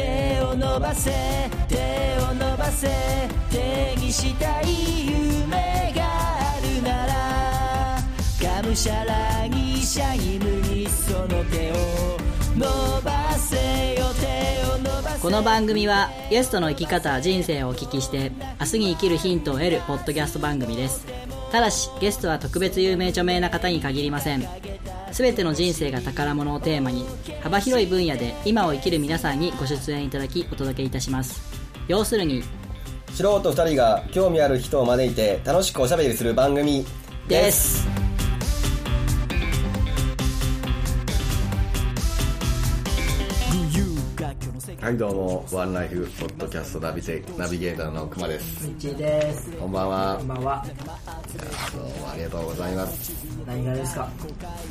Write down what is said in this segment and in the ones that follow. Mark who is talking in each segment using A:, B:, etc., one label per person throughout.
A: 伸ばせ手を伸ばせ手にしたい夢があるならがむしゃらにシャイムにその手を伸ばせよ手を伸ばせ
B: この番組はゲストの生き方人生をお聞きして明日に生きるヒントを得るポッドキャスト番組ですただしゲストは特別有名著名な方に限りません全ての人生が宝物をテーマに幅広い分野で今を生きる皆さんにご出演いただきお届けいたします要するに
C: 素人2人が興味ある人を招いて楽しくおしゃべりする番組
B: です
D: はいどうもワンライフポッドキャストナビテナビゲーターの熊です
E: 一位です。
D: こんばんは
E: こんばんは。
D: どうもありがとうございます
E: 何がですか。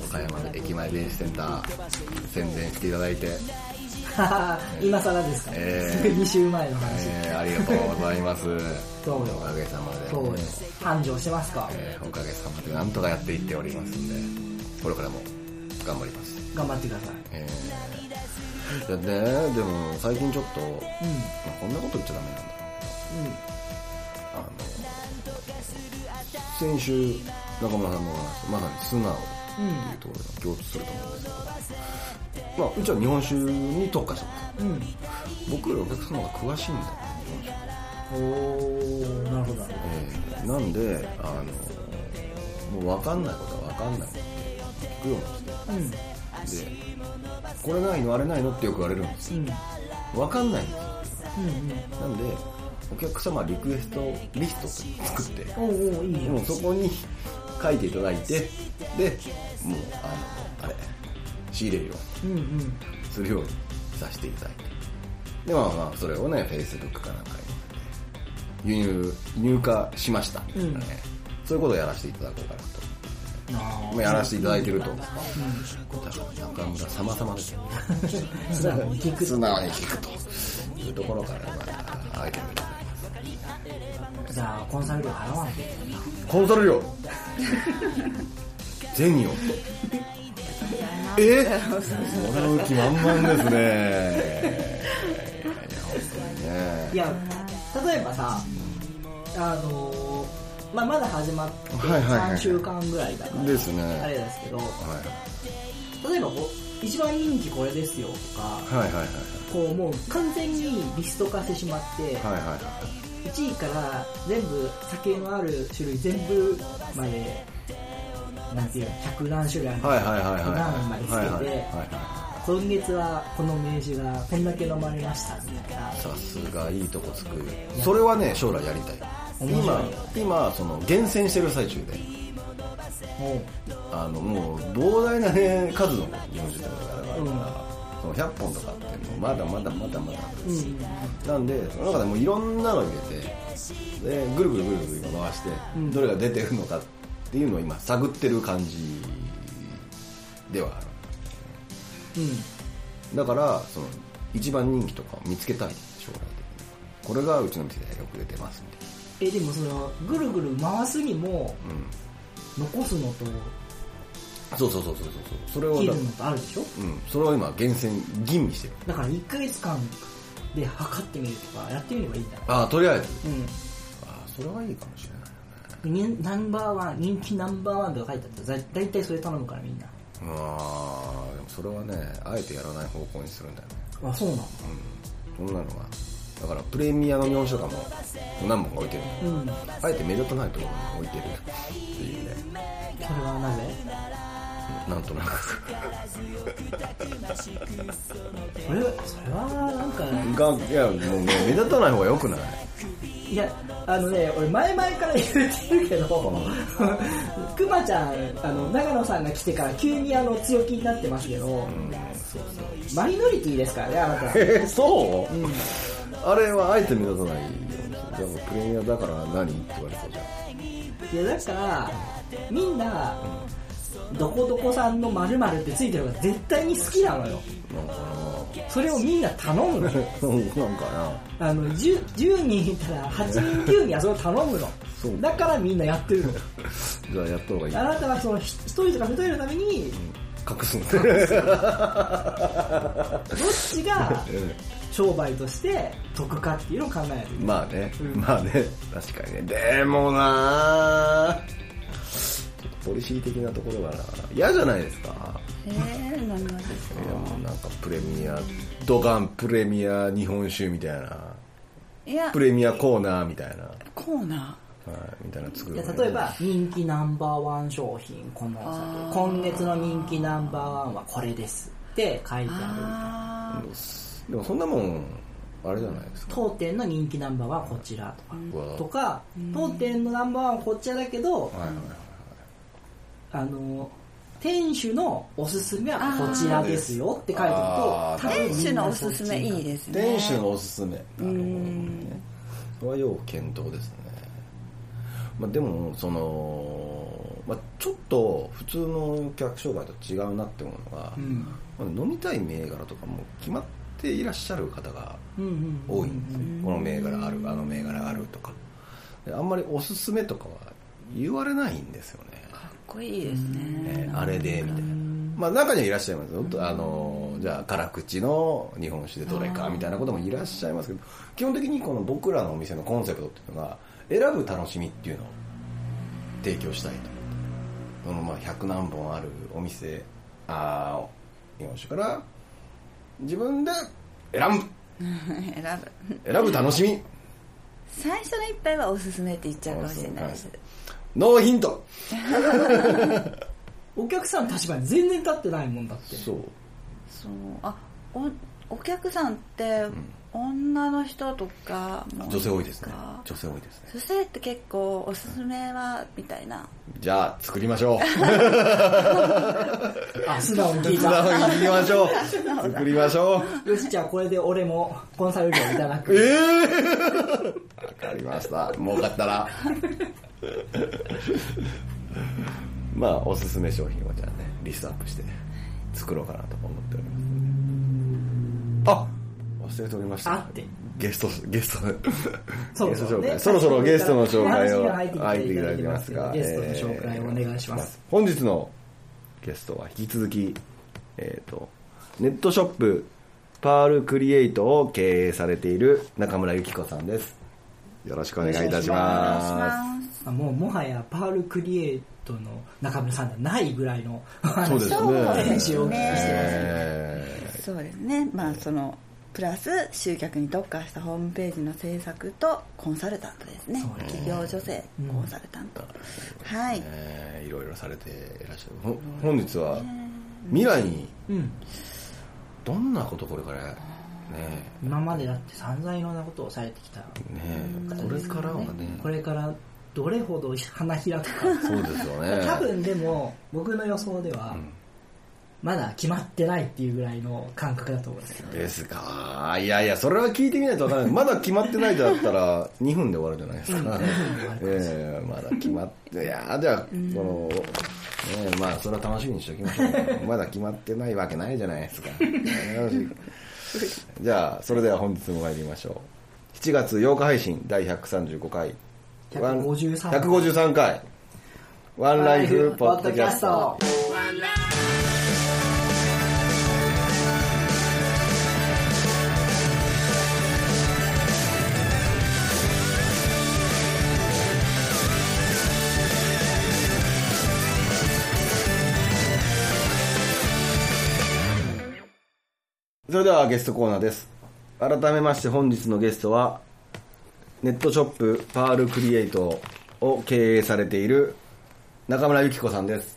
D: 岡山の駅前電子センター宣伝していただいて、
E: はは今更ですか。
D: えー
E: すぐ二週前の話。
D: えー、ありがとうございます
E: どう
D: お
E: も。
D: かげさまで
E: どうも。繁盛してますか。
D: えーおかげさまでなんとかやっていっておりますんでこれからも頑張ります
E: 頑張ってください。
D: えー、いやねでも最近ちょっと、まあ、こんなこと言っちゃダメなんだろうけど、あの先週中村さんのお話まさに素直っていうところが共通すると思うんですけど、まあうちは日本酒に特化してます、僕よりお客様が詳しいんだよね日本酒
E: おー、なるほど。
D: えーなんであのもう分かんないことは分かんないって聞くようになって、でこれないのあれないのってよく言われるんですよ、分かんないんですよ、なんでお客様リクエストリストを作って
E: おーおー、いいよ。
D: もうそこに書いていただいてでもうあのあれ仕入れるように、するようにさせていただいてでまあまあそれをね Facebook かなんかに輸入入荷しました、ねそういうことをやらせていただこうかなと、まあ、やらせていただいてると、だから中村様々ですよ
E: 素直に聞く。
D: 素直に聞くというところからまあアイテムでございます
E: じゃあ、コンサル料払わないで。
D: コンサル料全よえもらう気満々ですねいや本当にね
E: いや、例えばさ、あのー、まあまだ始まって
D: はいはいはい
E: 3週間ぐらいだから、
D: ですね
E: あれですけど、
D: はい
E: 例えばこう、一番人気これですよとか、
D: はいはいはい
E: こうもう完全にリスト化してしまって、
D: はいはいはい
E: 1位から全部酒のある種類全部までなんていうの100何種類ある
D: はいはいはいはいはい
E: 何枚つけて、
D: はいはいは
E: 今月はこの名酒がこんだけ飲まれましたみたいない
D: さすがいいとこつくそれはね将来やりたい
E: 面白い
D: 今今その厳選してる最中で
E: も
D: あのもう膨大な、ね、数の日本酒ってことがあるから、その100本とかってもうまだまだまだまだあるんですよ、なんでその中でもういろんなの入れてでぐるぐるぐるぐる今回して、どれが出てるのかっていうのを今探ってる感じではある
E: う、うん、
D: だからその一番人気とかを見つけたい将来的にこれがうちの店でよく出てますみたいな
E: えでもそのぐるぐる回すにも、残すのと
D: そうそうそうそうそうそれを
E: 切
D: だ
E: るのとあるでしょ
D: うん、それを今厳選吟味してる
E: だから1ヶ月間で測ってみるとかやってみればいいんだろ
D: ああとりあえず
E: う、うん
D: ああそれはいいかもしれないね
E: 人ナンバーワン人気ナンバーワンとか書いてあったらだいたいそれ頼むからみんな
D: ああでもそれはねあえてやらない方向にするんだよね
E: あそうなの
D: うんそんなのはだからプレミアの日本酒とかも何本か置いてるんだよ、あえて目立たないところに置いてるっていうね
E: それはなぜ
D: なんとなく
E: それそれはなんか
D: がいやもうね目立たない方が良くない
E: いやあのね俺前々から言ってるけどくまちゃんあの長野さんが来てから急にあの強気になってますけど、マイノリティですからねあなた
D: えそう、あれはあえて目立たないようにするでもプレミアだから何って言われそうじゃん
E: いやだからみんなどこどこさんの〇〇ってついてるのが絶対に好きなのよ
D: なんか
E: それをみんな頼む の
D: ななんかな
E: あの 10, 10人いたら8人9人はそれを頼むの
D: そう
E: だからみんなやって るの
D: じゃあやった方がいい
E: あなたはそのひ一人とか二人のために
D: 隠すの
E: どっちが商売として得かっていうのを考えないといけな い
D: まあね、
E: うん
D: まあね、確かにね。でもなあちょっとポリシー的なところがな嫌じゃないですか。
F: えー、何がですか
D: いやもうなんかプレミア、ドカンプレミア日本酒みたいな、
F: いや
D: プレミアコーナーみたいな、は
F: コーナ
D: い、みたいなの作る
E: い
D: の
E: や
D: ね
E: 例えば人気ナンバーワン商品このお酒今月の人気ナンバーワンはこれですって書いて
F: ー
E: あ
F: あ
D: でもそんなもん、あれじゃないですか。
E: る当店の人気ナンバーワンはこちらとか、
D: うわ
E: とか当店のナンバーワンはこちらだけど、
D: はいはい
E: あの店主のおすすめはこちらですよって書いてると
D: あー
E: 多分
F: ー店主のおすすめいいですね
D: 店主のおすすめ。なるほどね。これは要検討ですね。まあでも、その、まあちょっと普通の客商売と違うなって思うのが、
E: うん
D: まあ飲みたい銘柄とかも決まっていらっしゃる方が
E: うんうん
D: 多いんですよ、この銘柄あるあの銘柄あるとかであんまりおすすめとかは言われないんですよね、
F: ーかっこいいですね
D: ねあれでみたいな、まあ、中にはいらっしゃいますよあのじゃあ辛口の日本酒でどれかみたいなこともいらっしゃいますけど基本的にこの僕らのお店のコンセプトっていうのが選ぶ楽しみっていうのを提供したいとそのまあ100何本あるお店あー日本酒から自分で選ぶ
F: 選ぶ
D: 選ぶ楽しみ
F: 最初の一杯はおすすめって言っちゃうかもしれないです
D: ノーヒント
E: お客さんの立場に全然立ってないもんだって
D: そう
F: そうあおお客さんって女の人とかも
D: 女性多いですね
F: か
D: 女性多いですね
F: 女性って結構おすすめはみたいな
D: じゃあ作りましょう
E: あ素直に聞い
D: 素直
E: た
D: に行きましょう作りましょう
E: よしじゃあこれで俺もコンサル料いただく
D: ええわかりました儲かったらまあおすすめ商品をじゃあねリストアップして作ろうかなと思っておりますあ忘れておりました
E: あって
D: ゲストゲスト
E: そろ
D: ゲス
E: そ
D: ト紹
E: ろね
D: 介そろそろゲストの紹介
E: 話
D: を
E: が入ってきて
D: 入っていただいてますが
E: ゲストの紹介をお願いします
D: えー本日のゲストは引き続きえっ、とネットショップパールクリエイトを経営されている中村由紀子さんですよろしくお願いいたします
E: あもうもはやパールクリエイトの中村さんではないぐらいの
D: すそうですね
E: 選手をお聞きしてます
D: えー
F: そうですねまあそのプラス集客に特化したホームページの制作とコンサルタントですね企業女性コンサルタント、はい
D: えーいろいろされていらっしゃるほ本日は未来に
E: うん
D: どんなことこれからね
E: 今までだって散々いろんなことをされてきた
D: ねこれからはね
E: これからどれほど花開くか
D: そうですよね
E: 多分でも僕の予想ではまだ決まってないっていうぐらいの感覚だと思うんですけど
D: ですかいやいやそれは聞いてみないとわからないまだ決まってないだった ら2分で終わるじゃないですかええまだ決まっていやじゃあその、ねえまあそれは楽しみにしておきましょう、まだ決まってないわけないじゃないですかよしじゃあそれでは本日も参りましょう7月8日配信第135回ワン
E: 153
D: 153回ワンライフポッドキャストそれではゲストコーナーです改めまして本日のゲストはネットショップパールクリエイトを経営されている中村由紀子さんです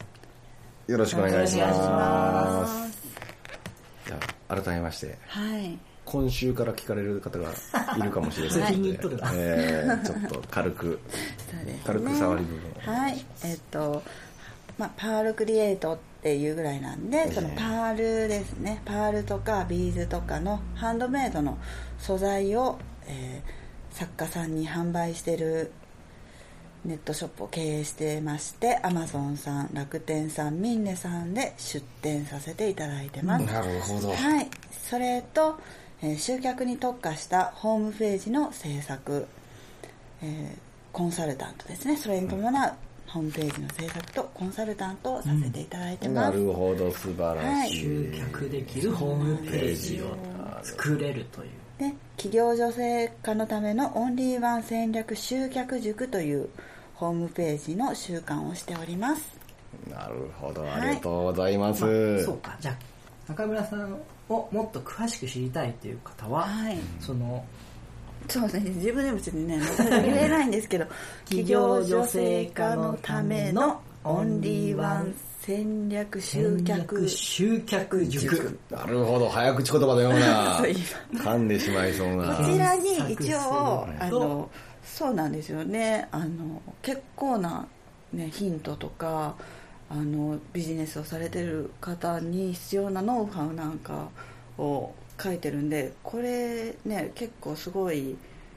D: よろしくお願いしますじゃあ改めまして
F: はい
D: 今週から聞かれる方がいるかもしれない
E: 先に
D: の
E: 言っとる
D: で
E: な、
D: えーちょっと軽く
F: そうですね
D: 軽く触り部分を
F: はいえっと、まあ、パールクリエイトっていうぐらいなんでそのパールですねパールとかビーズとかのハンドメイドの素材を、えー作家さんに販売してるネットショップを経営してましてアマゾンさん楽天さんミンネさんで出店させていただいてます
D: なるほど
F: はい、それと、えー集客に特化したホームページの制作、えーコンサルタントですねそれに伴うホームページの制作とコンサルタントをさせていただいてま
D: な
F: す、
D: るほど素晴らしい、
E: 集客できるホームページを作れるという
F: で企業女性化のためのオンリーワン戦略集客塾というホームページの習慣をしております
D: なるほど、
F: はい
D: ありがとうございます。
E: まあそうかじゃあ中村さんをもっと詳しく知りたいという方は、
F: はい
E: その
F: そうですね自分でもちょっとね言えないんです けど企業女性化のためのオンリーワン戦略集
E: 戦
F: 客
E: 略集客塾
D: なるほど、早口言葉だような
F: そう今。
D: 噛んでしまいそうな。
F: こちらに
E: 検索す
F: 一
E: る
F: 応あ
E: と
F: のそうなんですよねあの結構な、ね、ヒントとかあのビジネスをされてる方に必要なノウハウなんかを書いてるんでこれね結構すごい、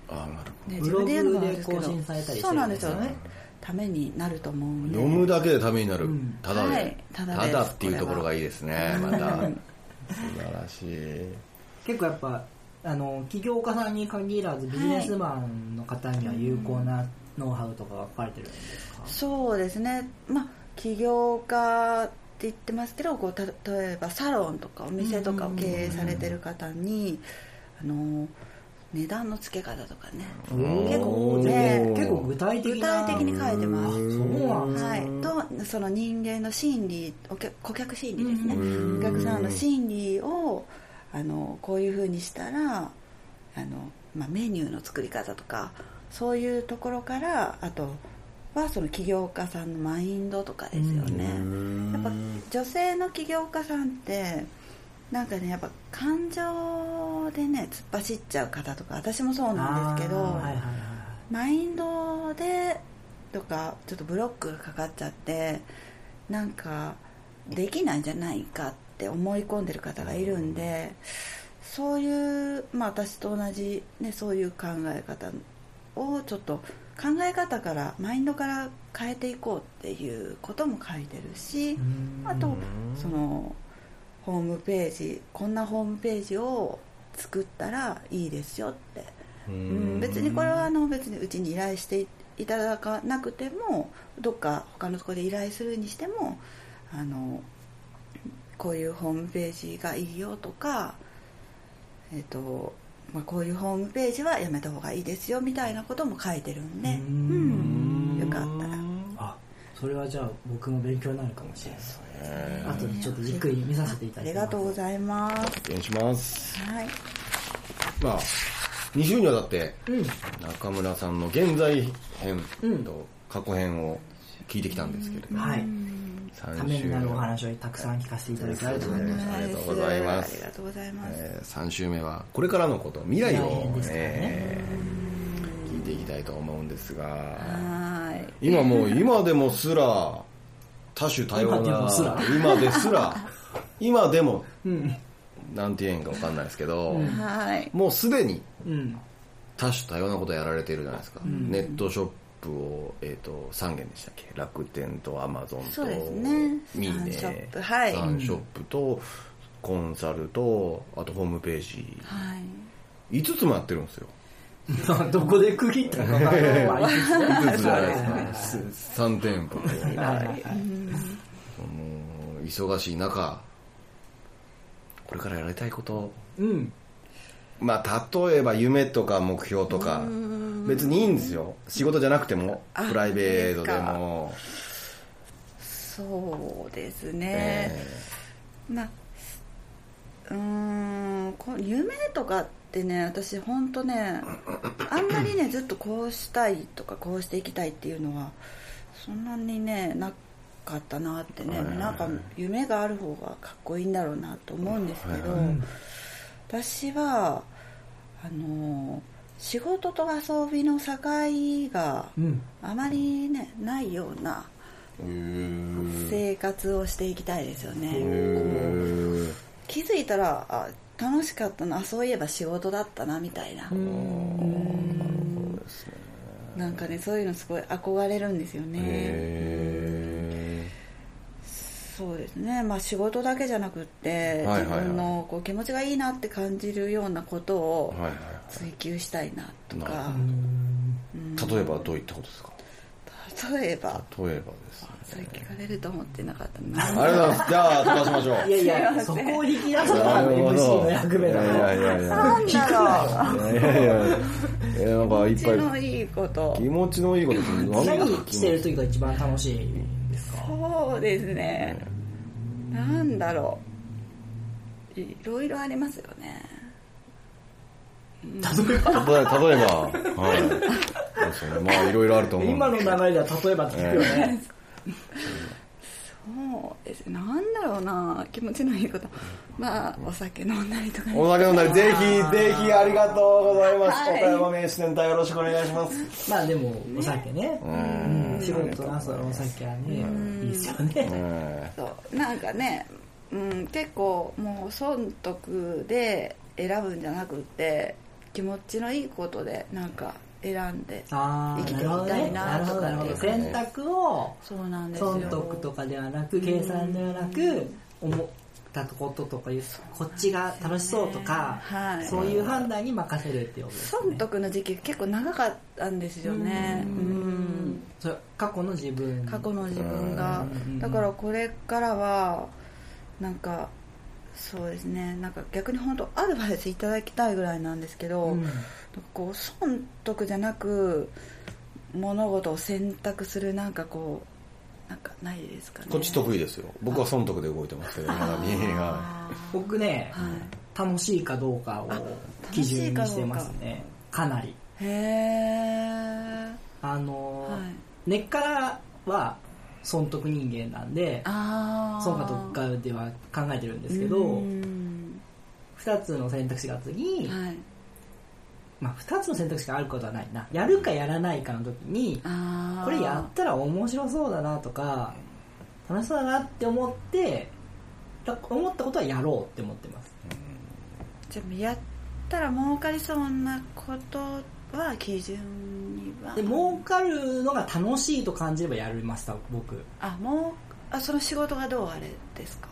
D: あ、なる
F: ね、
E: ブ
F: 自
E: ログ
F: 分
E: で
F: で言うのもなんですけど
E: 更新されたりしてるんですよね
F: そうなんですよねためになると思うん
D: ほ
F: で
D: ど。読むだけでためになる
E: ん。
D: ただ
F: は
D: で
F: い。ただで
D: た
F: す
D: だっていうところがいいですね、また。素
F: う
D: 晴
F: ん
D: らしい。
E: 結構やっぱあの起業家さんに限らずビジネスマンの方には有効なノウハウとかが書かれてるんですか、
F: そうですね、まあ、起業家って言ってますけどこうた例えばサロンとかお店とかを経営されてる方に、あの値段の付け方とかね結構ね
E: 結構具体的
F: 具
E: な
F: 体的に書いてます
E: そうなんですね
F: はい、とその人間の心理お客顧客心理ですねお客さんの心理をあのこういうふうにしたらあの、まあ、メニューの作り方とかそういうところからあとはその起業家さんのマインドとかですよねやっぱ女性の起業家さんってなんかねやっぱ感情でね突っ走っちゃう方とか私もそうなんですけ
E: あ
F: ど、
E: ーはいはいはい
F: マインドでとかちょっとブロックがかかっちゃってなんかできないんじゃないかって思い込んでる方がいるんでそういう、まあ、私と同じ、ね、そういう考え方をちょっと考え方からマインドから変えていこうっていうことも書いてるし
E: ん
F: あとそのホームページこんなホームページを作ったらいいですよってうん別にこれはあの別にうちに依頼していただかなくてもどっか他のところで依頼するにしてもあのこういうホームページがいいよとか、えっとまあ、こういうホームページはやめた方がいいですよみたいなことも書いてるんで
E: う
F: うんよかったら
E: あそれはじゃあ僕も勉強になるかもしれないですねあとでちょっとじっくり見させていた
F: あ
E: だ
F: り
E: き
F: がとうご
E: ます
F: ざいます
D: 発見します。
F: はい
D: まあ、2週にわたって、
E: うん
D: 中村さんの現在編と過去編を聞いてきたんですけれども、
E: はい
D: 三
E: ためになるお
D: 目
E: 話をたくさん聞かせていただきありがとうございます
D: ありがとうございます
F: ありがとうございます、
D: えー、3週目はこれからのこと未来
E: 未来
D: を、
E: 編ですからね
D: えー聞いていきたいと思うんですが
F: はい
D: 今もう今でもすら多種多様
E: 今でも
D: な
E: すら
D: 今ですら今でもなんて言えんかわかんないですけど、
F: はい
D: もうすでに
E: うん
D: 多種多様なことやられてるじゃないですか、ネットショップを、えー、と3軒でしたっけ楽天とアマゾン
F: そ
D: と
F: うですね
D: ミー
F: サンショ
D: ネ
F: ップはい
D: サンショップとコンサルとあとホームページ
F: はい
D: 5つもやってるんですよ
E: どこで区切ったのかな
D: 5つじゃないですかす3店舗もう忙しい中これからやりたいこと
E: うん
D: まあ例えば夢とか目標とか別にいいんですよ仕事じゃなくても
F: あ
D: プライベートでも
F: そうですね、
D: え
F: まあうーんこう夢とかってね私本当ねあんまりねずっとこうしたいとかこうしていきたいっていうのはそんなにねなかったなってねなんか夢がある方がかっこいいんだろうなと思うんですけど私はあの仕事と遊びの境が
E: うん
F: あまりねないような生活をしていきたいですよねこう気づいたらあ楽しかったなあそういえば仕事だったなみたいななんかねそういうのすごい憧れるんですよねそうですねまあ仕事だけじゃなくって
D: はいはいはい
F: 自分のこう気持ちがいいなって感じるようなことを
D: はいはい
F: 追求したいなと
D: なる
F: か
D: 例えばどういったことですか
F: 例えば
D: 例えばですね
F: それ聞かれると思ってなかったな
D: ありがとうございますじゃあ飛ばしましょう
E: いやいや、そこを引き出すの
D: な
E: が
D: るほ
E: MC
D: ど
E: の役目だ
D: い
E: から
D: や。いやいやいや
F: なんだろう
D: いやいやいやなんかい
F: 気
D: っ
F: 持
D: ぱ
F: ちの
D: い
F: いいこと
D: 気持ちのいいことって何だろう
E: 何してる時が一番楽しいですか
F: そうですねなんだろういろいろありますよね
D: 例えば 例えばはいそうですねまあいろいろあると思うん
E: 今の
D: です
E: 流れでは例えばって聞くよね。
F: そうですねなんだろうな気持ちのいいことまあお酒飲んだりとかね
D: お酒飲んだりぜひぜひありがとうございます
F: はい
D: 岡山名刺連隊よろしくお願いします
E: まあでも、お酒ね。うん仕事なさるお酒はね、いいですよね。
D: え
F: そうなんかね、うん、結構もう損得で選ぶんじゃなくて気持ちのいいことでなんか選んで
E: あ
F: 生
E: あ、
F: き
E: な
F: て
E: る
F: い
E: ほ
F: き
E: ど
F: た
E: ね。
F: い
E: な
F: な
E: るほ
F: と
E: ど、なるほ
F: かってい
E: ど。
F: う
E: 選択を、
F: そうなんですよ
E: 損得とかではなく、計算ではなく、思ったこととかいう、こっちが楽しそうとか
F: は、い
E: そういう判断に任せるっていうことです
F: 損
E: ね。
F: 得の時期結構長かったんですよねうん
E: それ過去の自分。
F: 過去の自分が
E: うん
F: だからこれからはなんかそうですねなんか逆に本当アドバイスいただきたいぐらいなんですけど、
E: うん
F: なんかこう損得じゃなく物事を選択するなんかこうなんかないですかね
D: こっち得意ですよ僕は損得で動いてますけどまだ見えが
E: 僕ね、楽しいかどうかを基準にしてますね。かなり。
F: へえ
E: あのー
F: はい
E: 根っからは損得人間なんで
F: ああ
E: 損か得かでは考えてるんですけ
F: う
E: ど
F: ん
E: 2つの選択肢があった時に、
F: はい
E: まあ、2つの選択肢があることはないなやるかやらないかの時に
F: ああ
E: これやったら面白そうだなとか楽しそうだなって思ってだ思ったことはやろうって思ってます
F: じゃあやったら儲かりそうなことは基準には
E: で儲かるのが楽しいと感じればやりました僕う
F: あもうあその仕事がどうあれですか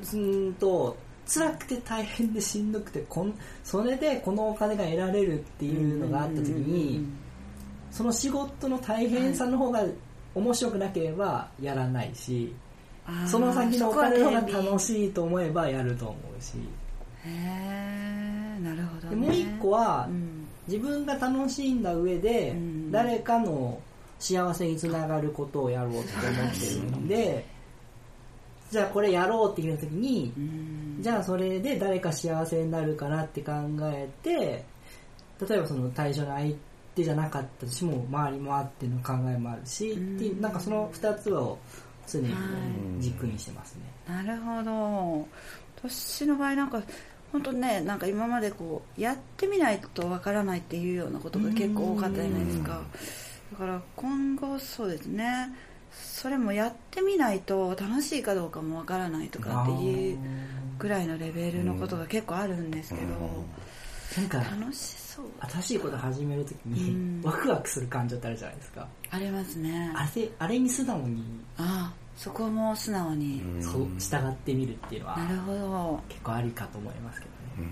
E: ーんと辛くて大変でしんどくてこんそれでこのお金が得られるっていうのがあった時に、その仕事の大変さの方が面白くなければやらないし、
F: あー
E: その先のお金の方が楽
F: そこは
E: しいと思えばやると思うし、
F: 天秤へえなるほど、
E: で
F: ね、
E: もう一個は
F: うん
E: 自分が楽しんだ上で
F: うん
E: 誰かの幸せにつながることをやろうって思ってるんでじゃあこれやろうって言った時に
F: うん
E: じゃあそれで誰か幸せになるかなって考えて例えばその対象の相手じゃなかったとしても周りもあっての考えもあるし、
F: うん
E: っていうなんかその2つを常に
F: はい
E: 軸にしてますね、
F: なるほど私の場合なんか本当ねなんか今までこうやってみないとわからないっていうようなことが結構多かったじゃないですかだから今後そうですねそれもやってみないと楽しいかどうかもわからないとかっていうぐらいのレベルのことが結構あるんですけど、
E: なんか
F: 楽しそう
E: 新しいこと始めるときに
F: うん
E: ワクワクする感情ってあるじゃないですか
F: ありますね
E: あれあれに素直に
F: ああそこも素直に、
E: そう従ってみるっていうのは
F: なるほど
E: 結構ありかと思いますけどね、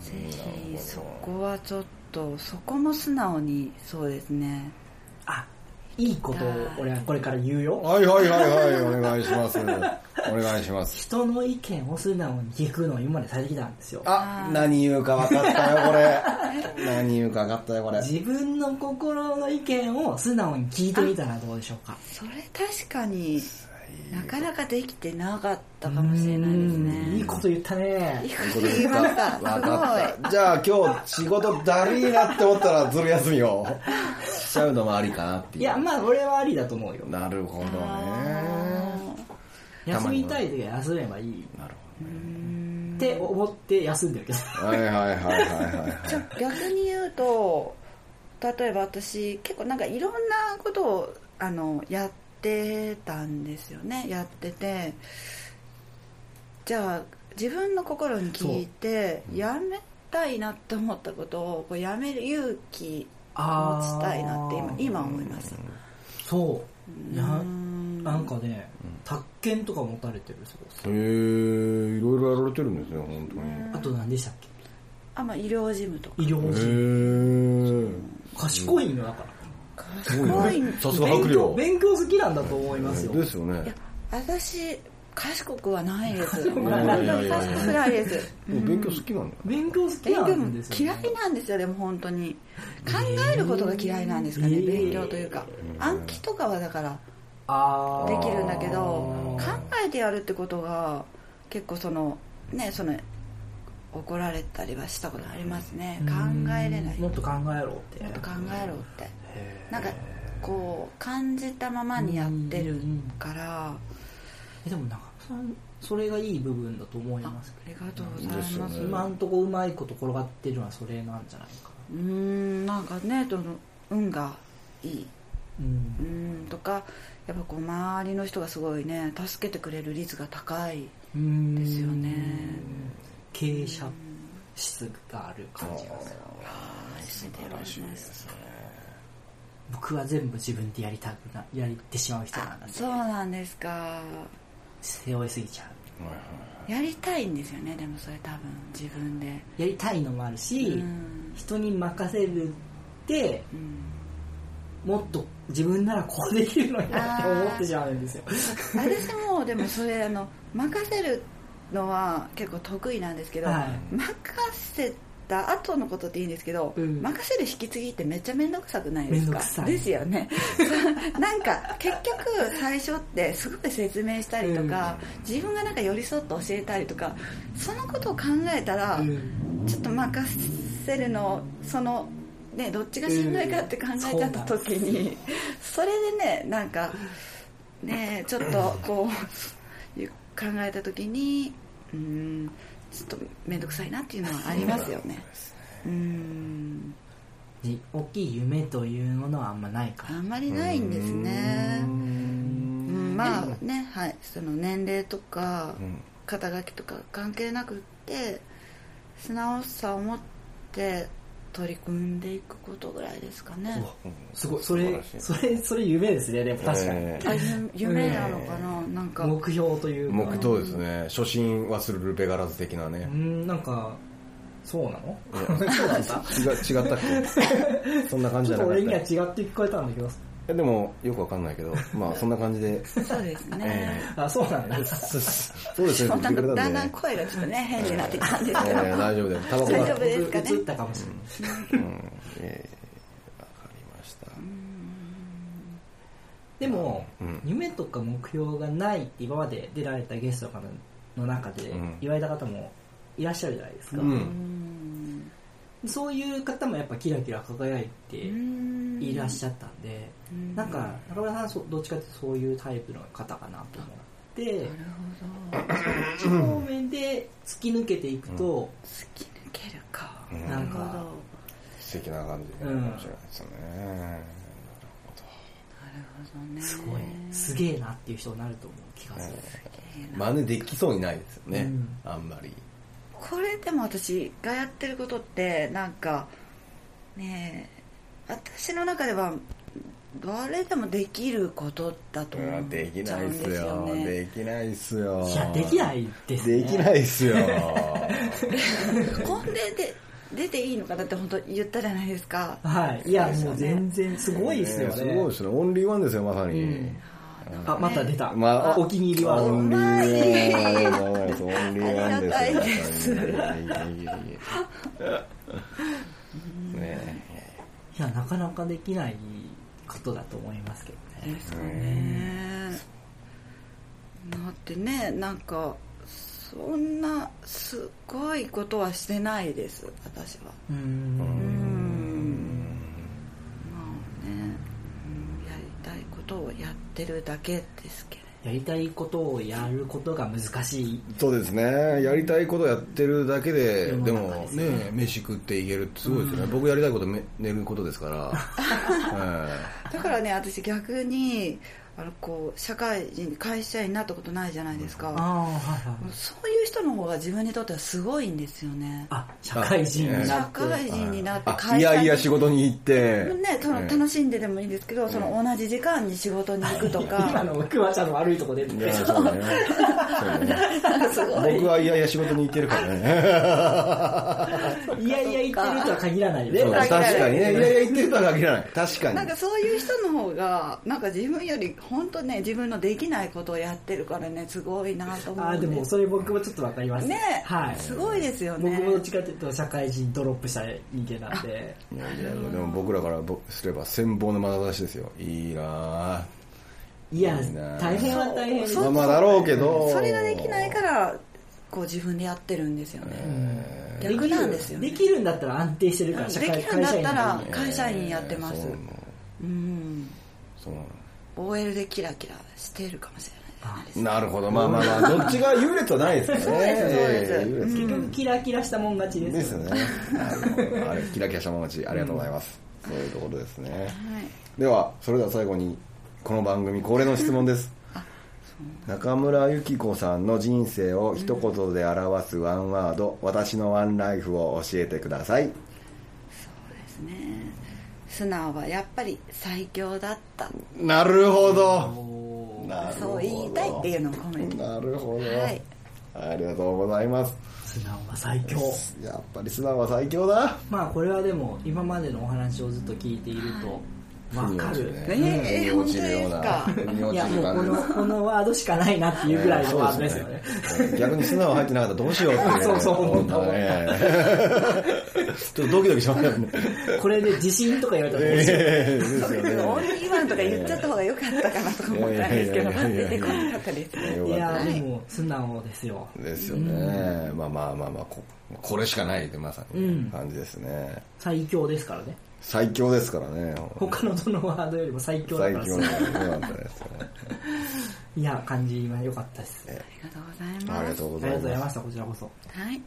F: ぜひそこはちょっとそこも素直にそうですね
E: あいいことを俺はこれから言うよ
D: ーはいはいはいはいお願いしますお願いします
E: 人の意見を素直に聞くのを今までされてきたんですよ
D: あ何言うか分かったよこれ何言うか分かったよこれ
E: 自分の心の意見を素直に聞いてみたらどうでしょうか
F: それ確かになかなかできてなかったかもしれないです
E: うんいい
F: ね
E: こと言ったね
F: いいこと言いましたすご
D: わか
F: い
D: った。じゃあ今日仕事だるいなって思ったらずる休みをしちゃうのもありかなってい。
E: いうやまあ俺はありだと思うよ
D: なるほどね。た
E: 休
D: まに
E: み
D: は
E: たい時は休めばいい
D: なるほ
E: って思って休んでるけど
D: ど。はいはいはいはいはい。
F: じゃあ逆に言うと例えば私結構なんかいろんなことをあのやってたんですよねやっててじゃあ自分の心に聞いてやめたいなって思ったことをこうやめる勇気を持ちたいなって今今思いました
E: そうななんかね宅建とか持たれてるそうです
D: へえ、いろいろやられてるんですね、本
E: あと何でしたっ
F: あまあ医療事務とか
E: け医療
D: 当
E: 人
D: に。へえ。
E: 賢いのだから
F: 賢
D: すごいね。さすが
E: 勉
D: 白
E: 強
D: 量。
E: 勉強好きなんだと思いますよ。
D: ですよね。
F: 私 賢くはないです
D: くはない
F: 本当に賢くないです
D: でも勉強好きなんだ。
E: 勉強好き
F: 勉
E: な
F: 強
E: ん
F: も
E: ですよ、
F: 嫌
E: ね。
F: いなんですよでも本当に考えることが嫌いなんですかね
E: えー
F: 勉強というか暗記とかはだから
E: あ
F: で
E: あ。
F: きるんだけど考えてやるってことが結構そのねその怒られたりはしたことありますね考えれない
E: も
F: も
E: っ
F: っ
E: と考えろって。
F: と考えろってなんかこう感じたままにやってるから
E: えでも中野さんそれがいい部分だと思い
F: あ
E: ます
F: ありがとうございます
D: ですよ
E: け
D: ね
E: ど今んとこうまいこと転がってるのはそれなんじゃないかな
F: うーんなんかねその運がいい
E: うん
F: うーんとかやっぱこう周りの人がすごいね助けてくれる率が高い
E: うん
F: ですよね
E: 傾斜質がある感じがする
F: 素晴らしいです
E: 僕は全部自分でやりたくなやってしまう人なんで
F: そうなんですか
E: 背負いすぎちゃう
F: やりたいんですよねでもそれ多分自分で
E: やりたいのもあるし、
F: うん
E: 人に任せるって
F: うん
E: もっと自分ならこうできるのになって思ってしまうんですよ
F: 私もでもそれあの任せるのは結構得意なんですけど、
E: は
F: 任せた後のことっていいんですけど、
E: うん
F: 任せる引き継ぎってめっちゃ面倒くさくないです
E: 面倒
F: か
E: くさい
F: ですよね なんか結局最初ってすごい説明したりとか、自分がなんか寄り添って教えたりとかそのことを考えたら、
E: うん
F: ちょっと任せるのそのねどっちがしんどいかって考えちゃった時に、それでねなんかねちょっとこうゆ考えた時にうーんちょっと面倒くさいなっていうのはありますよねうーん
E: じ大きい夢というものはあんまないか
F: あ
E: ら
F: んまりないんですねうんまあねはいその年齢とか肩書きとか関係なくって素直さを持って取り組んでいくことぐらいですかね
E: すごいそれそれそれ夢ですねでも確かに、
D: え
F: あゆ夢なのかななんか
E: 目標とい
D: ー
E: うか
D: 目標ですね。初心忘れるべからず的なね
E: う。んなんか そうなの
D: 違違ったっ けそんな感じ
E: ち
D: じゃ
E: ょっと
D: なか
E: 俺には違
D: っ
E: って聞こえたんだけど
D: た。でも、よくわかんないけど、まあ、そんな感じ で。
F: そうですね
D: え
E: あそうなんだ
D: ーそうそうですね。
F: そ
D: 言
F: う
D: っ
F: な
D: て
F: ん
D: く
F: か
D: れたんで
F: だんだん
D: ね。
F: 声がちょっとね変になってきたんです
D: え
F: けど
D: ー 大丈夫だよ。タバコ
F: 大丈
D: が
F: 夫。ですかね
E: 映ったかもしれない
D: うんえーわかりました。
E: でも、
D: うん
E: 夢とか目標がないって今まで出られたゲストとかの中で
D: うん
E: 言われた方もいらっしゃるじゃないですか、
D: うん。
E: そういう方もやっぱキラキラ輝いていらっし
F: ゃ
E: ゃったんで、なんか中村さんはそうどっちかっていうとそういうタイプの方かなと思って
F: なるほど
E: 一方面で突き抜けていくと、
F: 突き抜けるか
D: うん
F: なるほどなる
D: 素敵な感じになるかもしれないですよね。
F: ほどね
E: すごいすげえなっていう人になると思う気がする、
D: 真似できそうにないですよ
E: う
D: ね
E: ん。
D: あんまり。
F: これでも私がやってることってなんかねえ私の中では誰でもできることだと
D: う
F: 思
D: わ
F: っちゃう
D: で
F: ん
D: き
F: です
D: ない
F: よ
D: っ
F: ね
D: すよ。できないっすよ。
E: いやできないですね
D: できないっすよ。
F: こんでで出ていいのかだって本当言ったじゃないですか
E: はいいや
F: そうです
E: も
F: よ
E: う全
F: ね
E: 然 すごいです
D: え
E: よね
D: ーすごいっすね。オンリーワンですよ、まさに。
E: うんあまた出た、
D: まあ
E: お気に入りは
D: オンリーワンです。オンリーワンです。
F: ありがたいです
D: いえいえいえいえね
E: いや、なかなかできないことだと思いますけどね。
F: ですかねだってねなんかそんなすごいことはしてないです私は
E: う。
F: うんんまあねうんやりたいことをやってるだけですけ
E: や
F: れ
E: りたいことをやることが難しい。
D: そうですね。やりたいことやってるだけで、で
E: 世の中
D: もね、飯食っていけるってすごいですね。僕やりたいことめ寝ることです から。ええ
F: だからね私逆にあのこう社会人会社員になったことないじゃないですか
E: ああ、はいは
F: そういう人の方が自分にとってはすごいんですよね
E: あ、社会人にな
F: 社
E: って。
F: 会人になって
D: あ、いやいや仕事に行って。
F: ね、その
D: ええ
F: 楽しんででもいいですけど、その同じ時間に仕事に行 くと
E: 今
F: か、
E: のクマちゃんの悪いとこ出て
D: い
E: る
D: やそうね。そうね
F: すごい。
D: 僕はいやいや仕事に行ってるからね。
E: いやいや言ってるとは限らないよ
D: そう
E: ね。
D: 確かにね。いやいや行ってるとは限らない。確かに
F: なん。かそういう人の方が、なんか自分より、本当ね、自分のできないことをやってるからね、すごいなと思う。
E: あ、でもそれ僕もちょっとわかります。
F: ね、
E: はい。
F: すごいですよね
E: 僕。もどっちかというと社会人ドロップした人間なんで。
D: いやいや、でも僕らからすれば羨望の眼差しですよ。いいなぁ。
E: いや
D: いいな、
E: 大変は大変です。
F: そう
D: まあまあだろうけど。
F: それができないから、こう自分でやってるんですよね。逆なんですよ
E: で
F: ね。
E: きるんだったら安定してるから、
F: で
E: 社
F: き
E: 会
F: るんだった
E: なん
F: ら
E: で、
F: 会社員やってます。
D: そうなの
F: うん。
D: そうな
F: OL でキラキラしてるかもしれないじゃないですか
D: のなるほど。まあまあまあ、どっちが優劣はないですからね。
F: そうですそうです
D: ええ優劣
E: 結局キラキラしたもん勝ちですよね
D: ですよ ね。あのあれ、キラキラしたままち、ありがとうございます。そういうところですね。では、それでは最後に、この番組恒例の質問です。中村ゆき子さんの人生を一言で表すワンワード、私のワンライフを教えてください。
F: ですね素直はやっぱり最強だった
D: なるほど。なるほど
F: そう言いたいっていうのを込めて
D: なるほど、
F: はい
D: ありがとうございます。
E: 素直は最強。
D: やっぱり素直は最強だ。
E: まあこれはでも今までのお話をずっと聞いているとわかる。
F: えーえー
D: 腑に落ちるような
F: 本当です
D: 腑
F: か
D: に
E: い
D: 落
E: や
D: ちる
E: もうこ
D: 感じで
E: の
D: す
E: このワードしかないなっていうぐらいのワードですよね。
D: ね。逆に素直入ってなかったらどうしようっていう、
E: そうそう
D: 本当だね。ちょっとドキドキしますよね。
E: これで自信とか言われたらどうしよう
D: ですよ
F: なんかオンリーワンとか言っちゃった方が良かったかなとか思ったんですけど
D: いやいやいやいや
F: 出てこなかったです
D: ね。
E: い
D: よかっ
E: や
D: たね
E: でも素直ですよ。
D: ですよね。まあまあまあまあ、ここれしかないってまさに感じですね。
E: 最強ですからね。
D: 最強ですからね。
E: 他のどのワードよりも最強だ
D: 最
E: から
D: 強
E: 素
D: の
E: 直
D: そうなんですよ ね。
E: いや感じは良かったです。あ
F: ありがとうござい
D: あり
F: ま
D: が
F: す
D: とうご
E: りが
D: ざ
E: と
D: いう
E: ござい
D: ま。
E: ますしたこちらこそ。
F: はい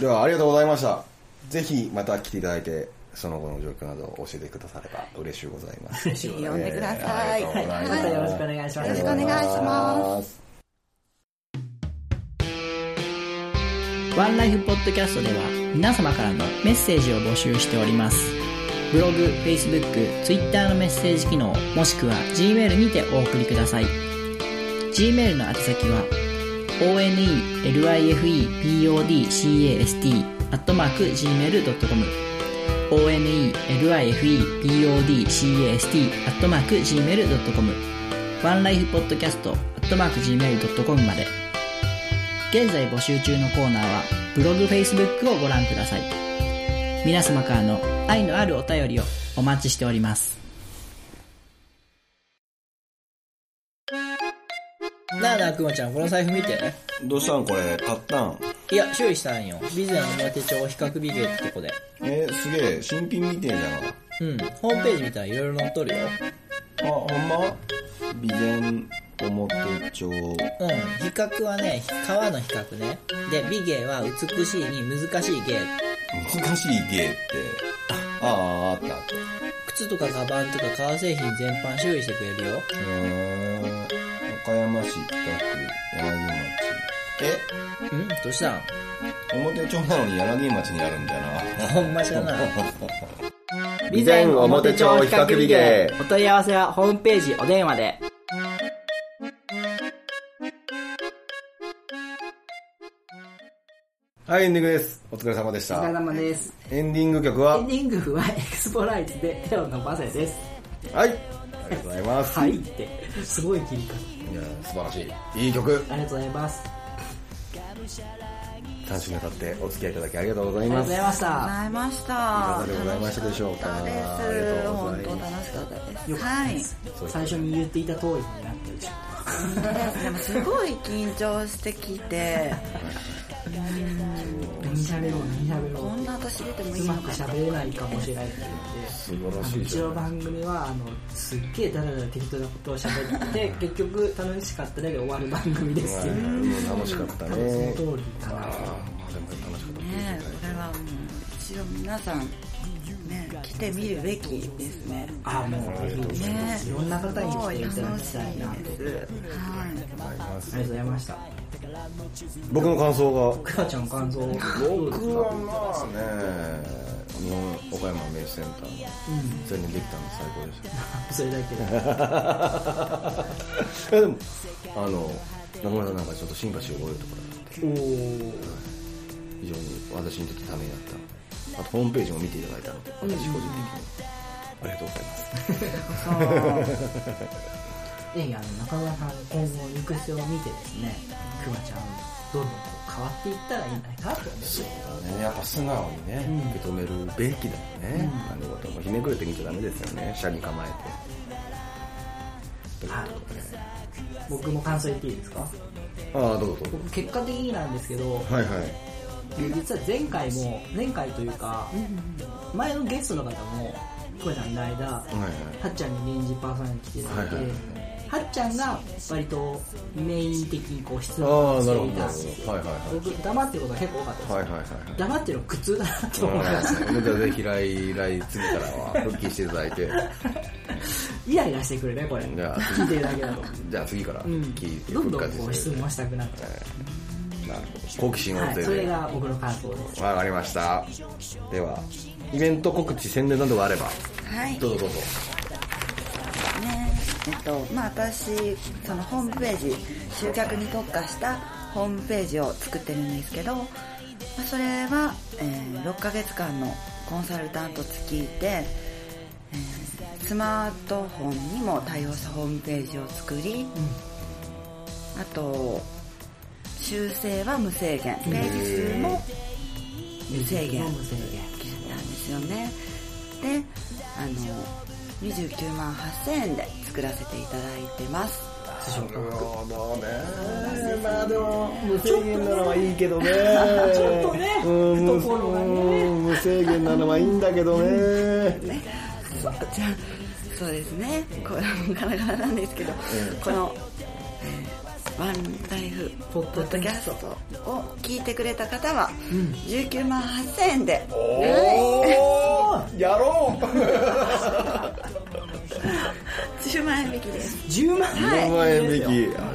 D: では、ありがとうございました。ぜひ、また来ていただいて、その後の状況などを教えてくだされば嬉しゅうございます。
F: ぜひ読んでください、
D: ありがとうございます。
E: またよろしくお願いします。
F: よろしくお願いします
B: ワンライフポッドキャストでは皆様からのメッセージを募集しております。ブログ、Facebook、Twitter のメッセージ機能、もしくは Gmail にてお送りください。Gmail の宛先は、onelifepodcast.gmail.com onelifepodcast.gmail.com onelifepodcast.gmail.com まで。現在募集中のコーナーはブログ、Facebook をご覧ください。皆様からの愛のあるお便りをお待ちしております。なあなあくまちゃん、この財布見て。
D: どうしたんこれ、買ったん
B: いや、修理したんよ。ビゼの表帳比較美芸ってとこで。
D: えー、すげえ、新品見てんじゃん。
B: うん、ホームページ見たらいろいろ載っとるよ。
D: あ、ほんま備前表帳。
B: うん、比較はね、川の比較ね。で、美芸は美しいに難しい芸。
D: 難しい芸って。ああ、あったあった。
B: 靴とかカバンとか革製品全般修理してくれるよ。
D: へー岡山市北区柳町。え
B: うんどうしたん
D: 表町なのに柳町にあるんだな。
B: ほんまじゃない。
D: 備前表帳比較美芸
B: お問い合わせはホームページお電話で。
D: はい、エンディングです。お疲れ様でし
E: お疲
D: た。
E: れ様です。
D: エンディング曲
E: エ
D: は
E: ン、ディングはエクスポライズで手を伸ばせです。
D: はい。ありがとうございます。
E: はいって、すごい切り方。
D: いや素晴らしい。いい曲。
E: ありがとうございます。
D: 3週にわたってお付き合いいただきありがとうござい
E: ありがと
D: ま
E: う
D: す。
E: ございまし
F: ご
E: た。
F: ざいまし
D: い
F: た
D: かがでございましたでしょうか
F: 楽しかった
D: あり
F: で
D: が
F: す
D: とうござ
F: 本
D: います
F: 当楽しかったで
E: よ
F: す
E: かった
F: は
E: で
F: い
E: す。最初に言っていた通りになってるでしょ。
F: 本当ですでもすごい緊張してき て
E: 何喋ろう、何喋ろ
F: こ
E: う。
F: んな私出てもいうい
E: ま
F: の
E: く
F: か
E: 喋れないかもしれないって言
D: 素晴ら
E: っ、
D: していう
E: ち
D: じゃ
E: の
D: ない。
E: 番組は、あの、すっげえダラダラ適当なことを喋って、結局楽しかったねで終わる番組ですっていう。
D: うん楽しかったね。
E: その通りかな
D: あ。ーまあでも楽しかったです
F: ねこれはもう一度皆さんね来てみるべきですね
E: ああ、もう、ぜひ、
F: ね
E: いろんな方に
F: す
E: 来
F: ご
E: て
F: い
E: い
F: 楽
E: ただき
F: しい
E: たいなと。あり
F: ですはい
E: がとうございました。
G: 僕の感想が
E: くまちゃん感想
D: 僕はまあね日本岡山名刺センターのそれにできたの最高でした
E: それだけ
D: いや
E: で
D: でもあの中村さんなんかちょっとシンパシーを覚えるところがあって
E: おー
D: 非常に私にとってためになったあとホームページも見ていただいたので私個人的に、ありがとうございます
E: ええあの中村さんの今後の行く末を見てですねくまちゃんどんどんこう変わっていったらいいんだなと思って
D: そうだねやっぱ素直にね、受け止めるべきだよね、あのこともひねくれてみちゃダメですよね車に構えてということで
E: 僕も感想言っていいですか
D: ああどうぞどうぞ
E: 僕結果的になんですけど、
D: はいはい
E: 実は前回も前回というか、前のゲストの方もくまちゃんの間、
D: はいはい
E: はっちゃんに臨時パーソナリティ来ていただいて、
D: はいは
E: は
D: いは
E: っちゃんが割とメイン的にこう質
D: あ
E: 問
D: あ
E: し
D: なる
E: て
D: ほ
E: い
D: どな
E: た
D: るほどはいはいはい
E: 僕黙ってることが結構多かったです、
D: はいはいはい
E: 黙ってるの苦痛だなと思 いまし
D: はいうんじゃあぜひ来来次からは復帰していただいて
E: たイライラしてくるねこれ
D: じ ゃあ
E: 聞いてるだけだと
D: じゃあ次から
E: うん
D: 聞いて
E: どん
D: 復
E: どん
D: 活
E: こう
D: し
E: 質
D: て、
E: 問したくなっちゃ
D: なるほど好奇心
E: う、
D: 旺盛
E: はい、
D: で
E: それが僕の感想です
D: わかりましたではイベント告知宣伝などがあれば
F: はい
D: どうぞどうぞ
F: ねえっとまあ私そのホームページ集客に特化したホームページを作ってるんですけど、まあそれは、えー6ヶ月間のコンサルタント付きで、えースマートフォンにも対応したホームページを作り、あと修正は無制限ページ数も無制限
E: 無制
F: なんですよねであの29万8000円で作らせていただいてます
D: まあでも無制限なのはいいけど ねちょっとね懐がね無制限なのはいいんだけどね
F: ねそうじゃあそうですねこ れガラガラなんですけど、この、えーワンライフポッドキャストを聞いてくれた方は、19万8000円で
D: やろう
F: 10万円引きです
E: 10万
D: 10
E: 円
D: 万円引きありがとうございま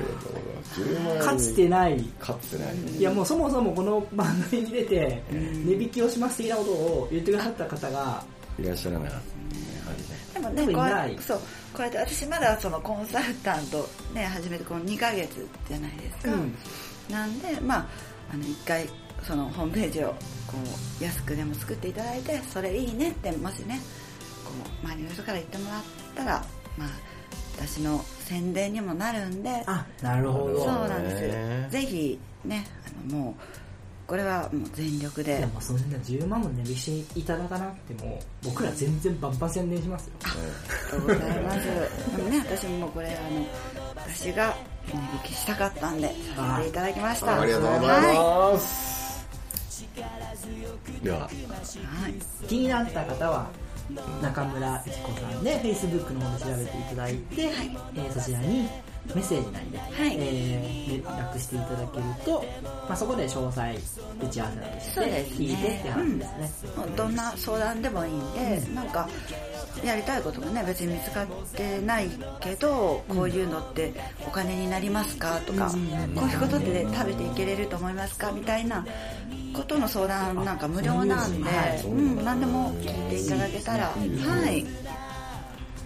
D: す10万円
E: かつてない
D: かつてない
E: いやもうそもそもこの番組に出て値引きをします的なことを言ってくださった方が
D: いらっしゃらないはず
F: でも
E: 多
F: ね
E: 分
F: こうや
E: ない
F: そうこうやって私まだそのコンサルタントね始めてこの2ヶ月じゃないですか、
E: うん
F: なんでまああの1回そのホームページをこう安くでも作っていただいてそれいいねってもしねこう周りの人から言ってもらったらまあ私の宣伝にもなるんで
E: あなるほ
F: そう
E: ど
F: なんですぜひねあのもうこれはもう全力
E: で
F: で
E: もそんな10万も値引きしていただかなくても僕ら全然バンバン宣伝しますよ
F: ありがとうございます。でもね、私ももうこれ、あの、私が値引きしたかったんで、させていただきました。
D: ありがとうござい
F: は。
D: ます、ではい
F: はい
E: 気になった方は中村由紀子さんで Facebook の方で調べていただいて、えーそちらにメッセージなりで、
F: い
E: えー連絡していただけると、まあ、そこで詳細打ち合わせなどし
F: そうで
E: て
F: すね
E: 聞いてって話ですね
F: もうどんな相談でもいいんで、なんか、やりたいことがね、別に見つかってないけど、こういうのってお金になりますかとか、こういうことで食べていけれると思いますかみたいなことの相談なんか無料なんで、うん、何でも聞いていただけたら、はい、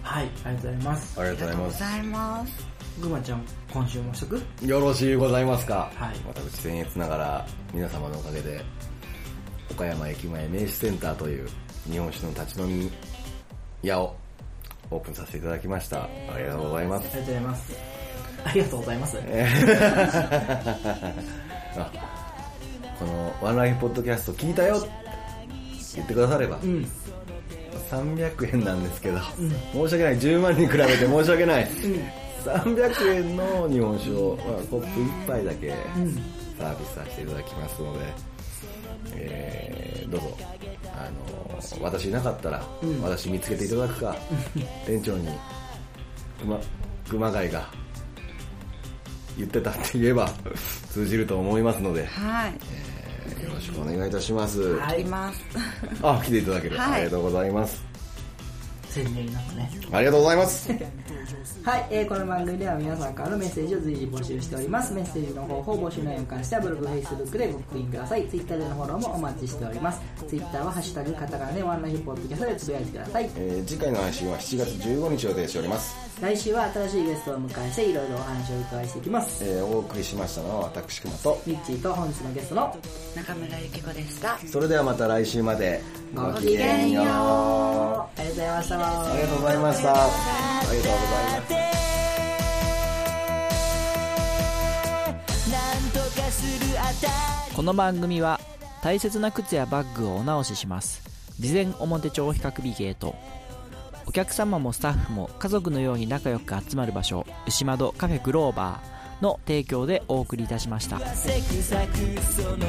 E: はいありがとうございます
D: あり
F: ありがとうございます。
E: ぐまちゃん今週もしとく
D: よろしゅうございますか、
E: はい
D: 私僭越ながら皆様のおかげで岡山駅前名刺センターという日本酒の立ち飲み屋をオープンさせていただきましたありがとうございま
E: あ
D: す
E: りがとうございますありがとうございます、
D: このワンライフポッドキャスト聞いたよって言ってくだされば、
E: うん
D: 300円なんですけど、申し訳ない10万に比べて申し訳ない、300円の日本酒を、まあ、コップ1杯だけサービスさせていただきますので、えーどうぞあの私いなかったら、私見つけていただくか、店長に熊熊谷が言ってたって言えば通じると思いますので、
F: はい。
D: えーよろしくお願いいたします、
E: はい
F: います。
D: あ来ていただける、
F: はい
D: ありがとうございます
E: 宣伝なんかね
D: ありがとうございます。
E: はい、えーこの番組では皆さんからのメッセージを随時募集しておりますメッセージの方法募集内容に関してはブログ Facebook でご確認ください Twitter でのフォローもお待ちしております Twitter は「ハッシュタグカタカナ」でワンナイフポッドキャストでつぶやいてください
D: えー次回の配信は7月15日を予定しております。
E: 来週は新しいゲストを迎えしていろいろお話を伺いしていきます
D: えーお送りしましたのは私熊と。
E: ミッチーと本日のゲストの
F: 中村ゆき子でした
D: それではまた来週まで。
E: ごきげんようありがとうございました
D: ありがとうございました。ありがとうございます。
B: この番組は大切な靴やバッグをお直しします事前表帳比較美ゲートお客様もスタッフも家族のように仲良く集まる場所牛窓カフェグローバーの提供でお送りいたしました
A: セクサクその手を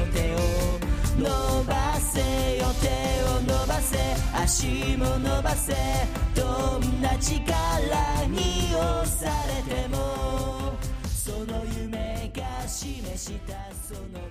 A: 伸ばせよ手を伸ばせ足も伸ばせどんな力に押されてもその夢が示したその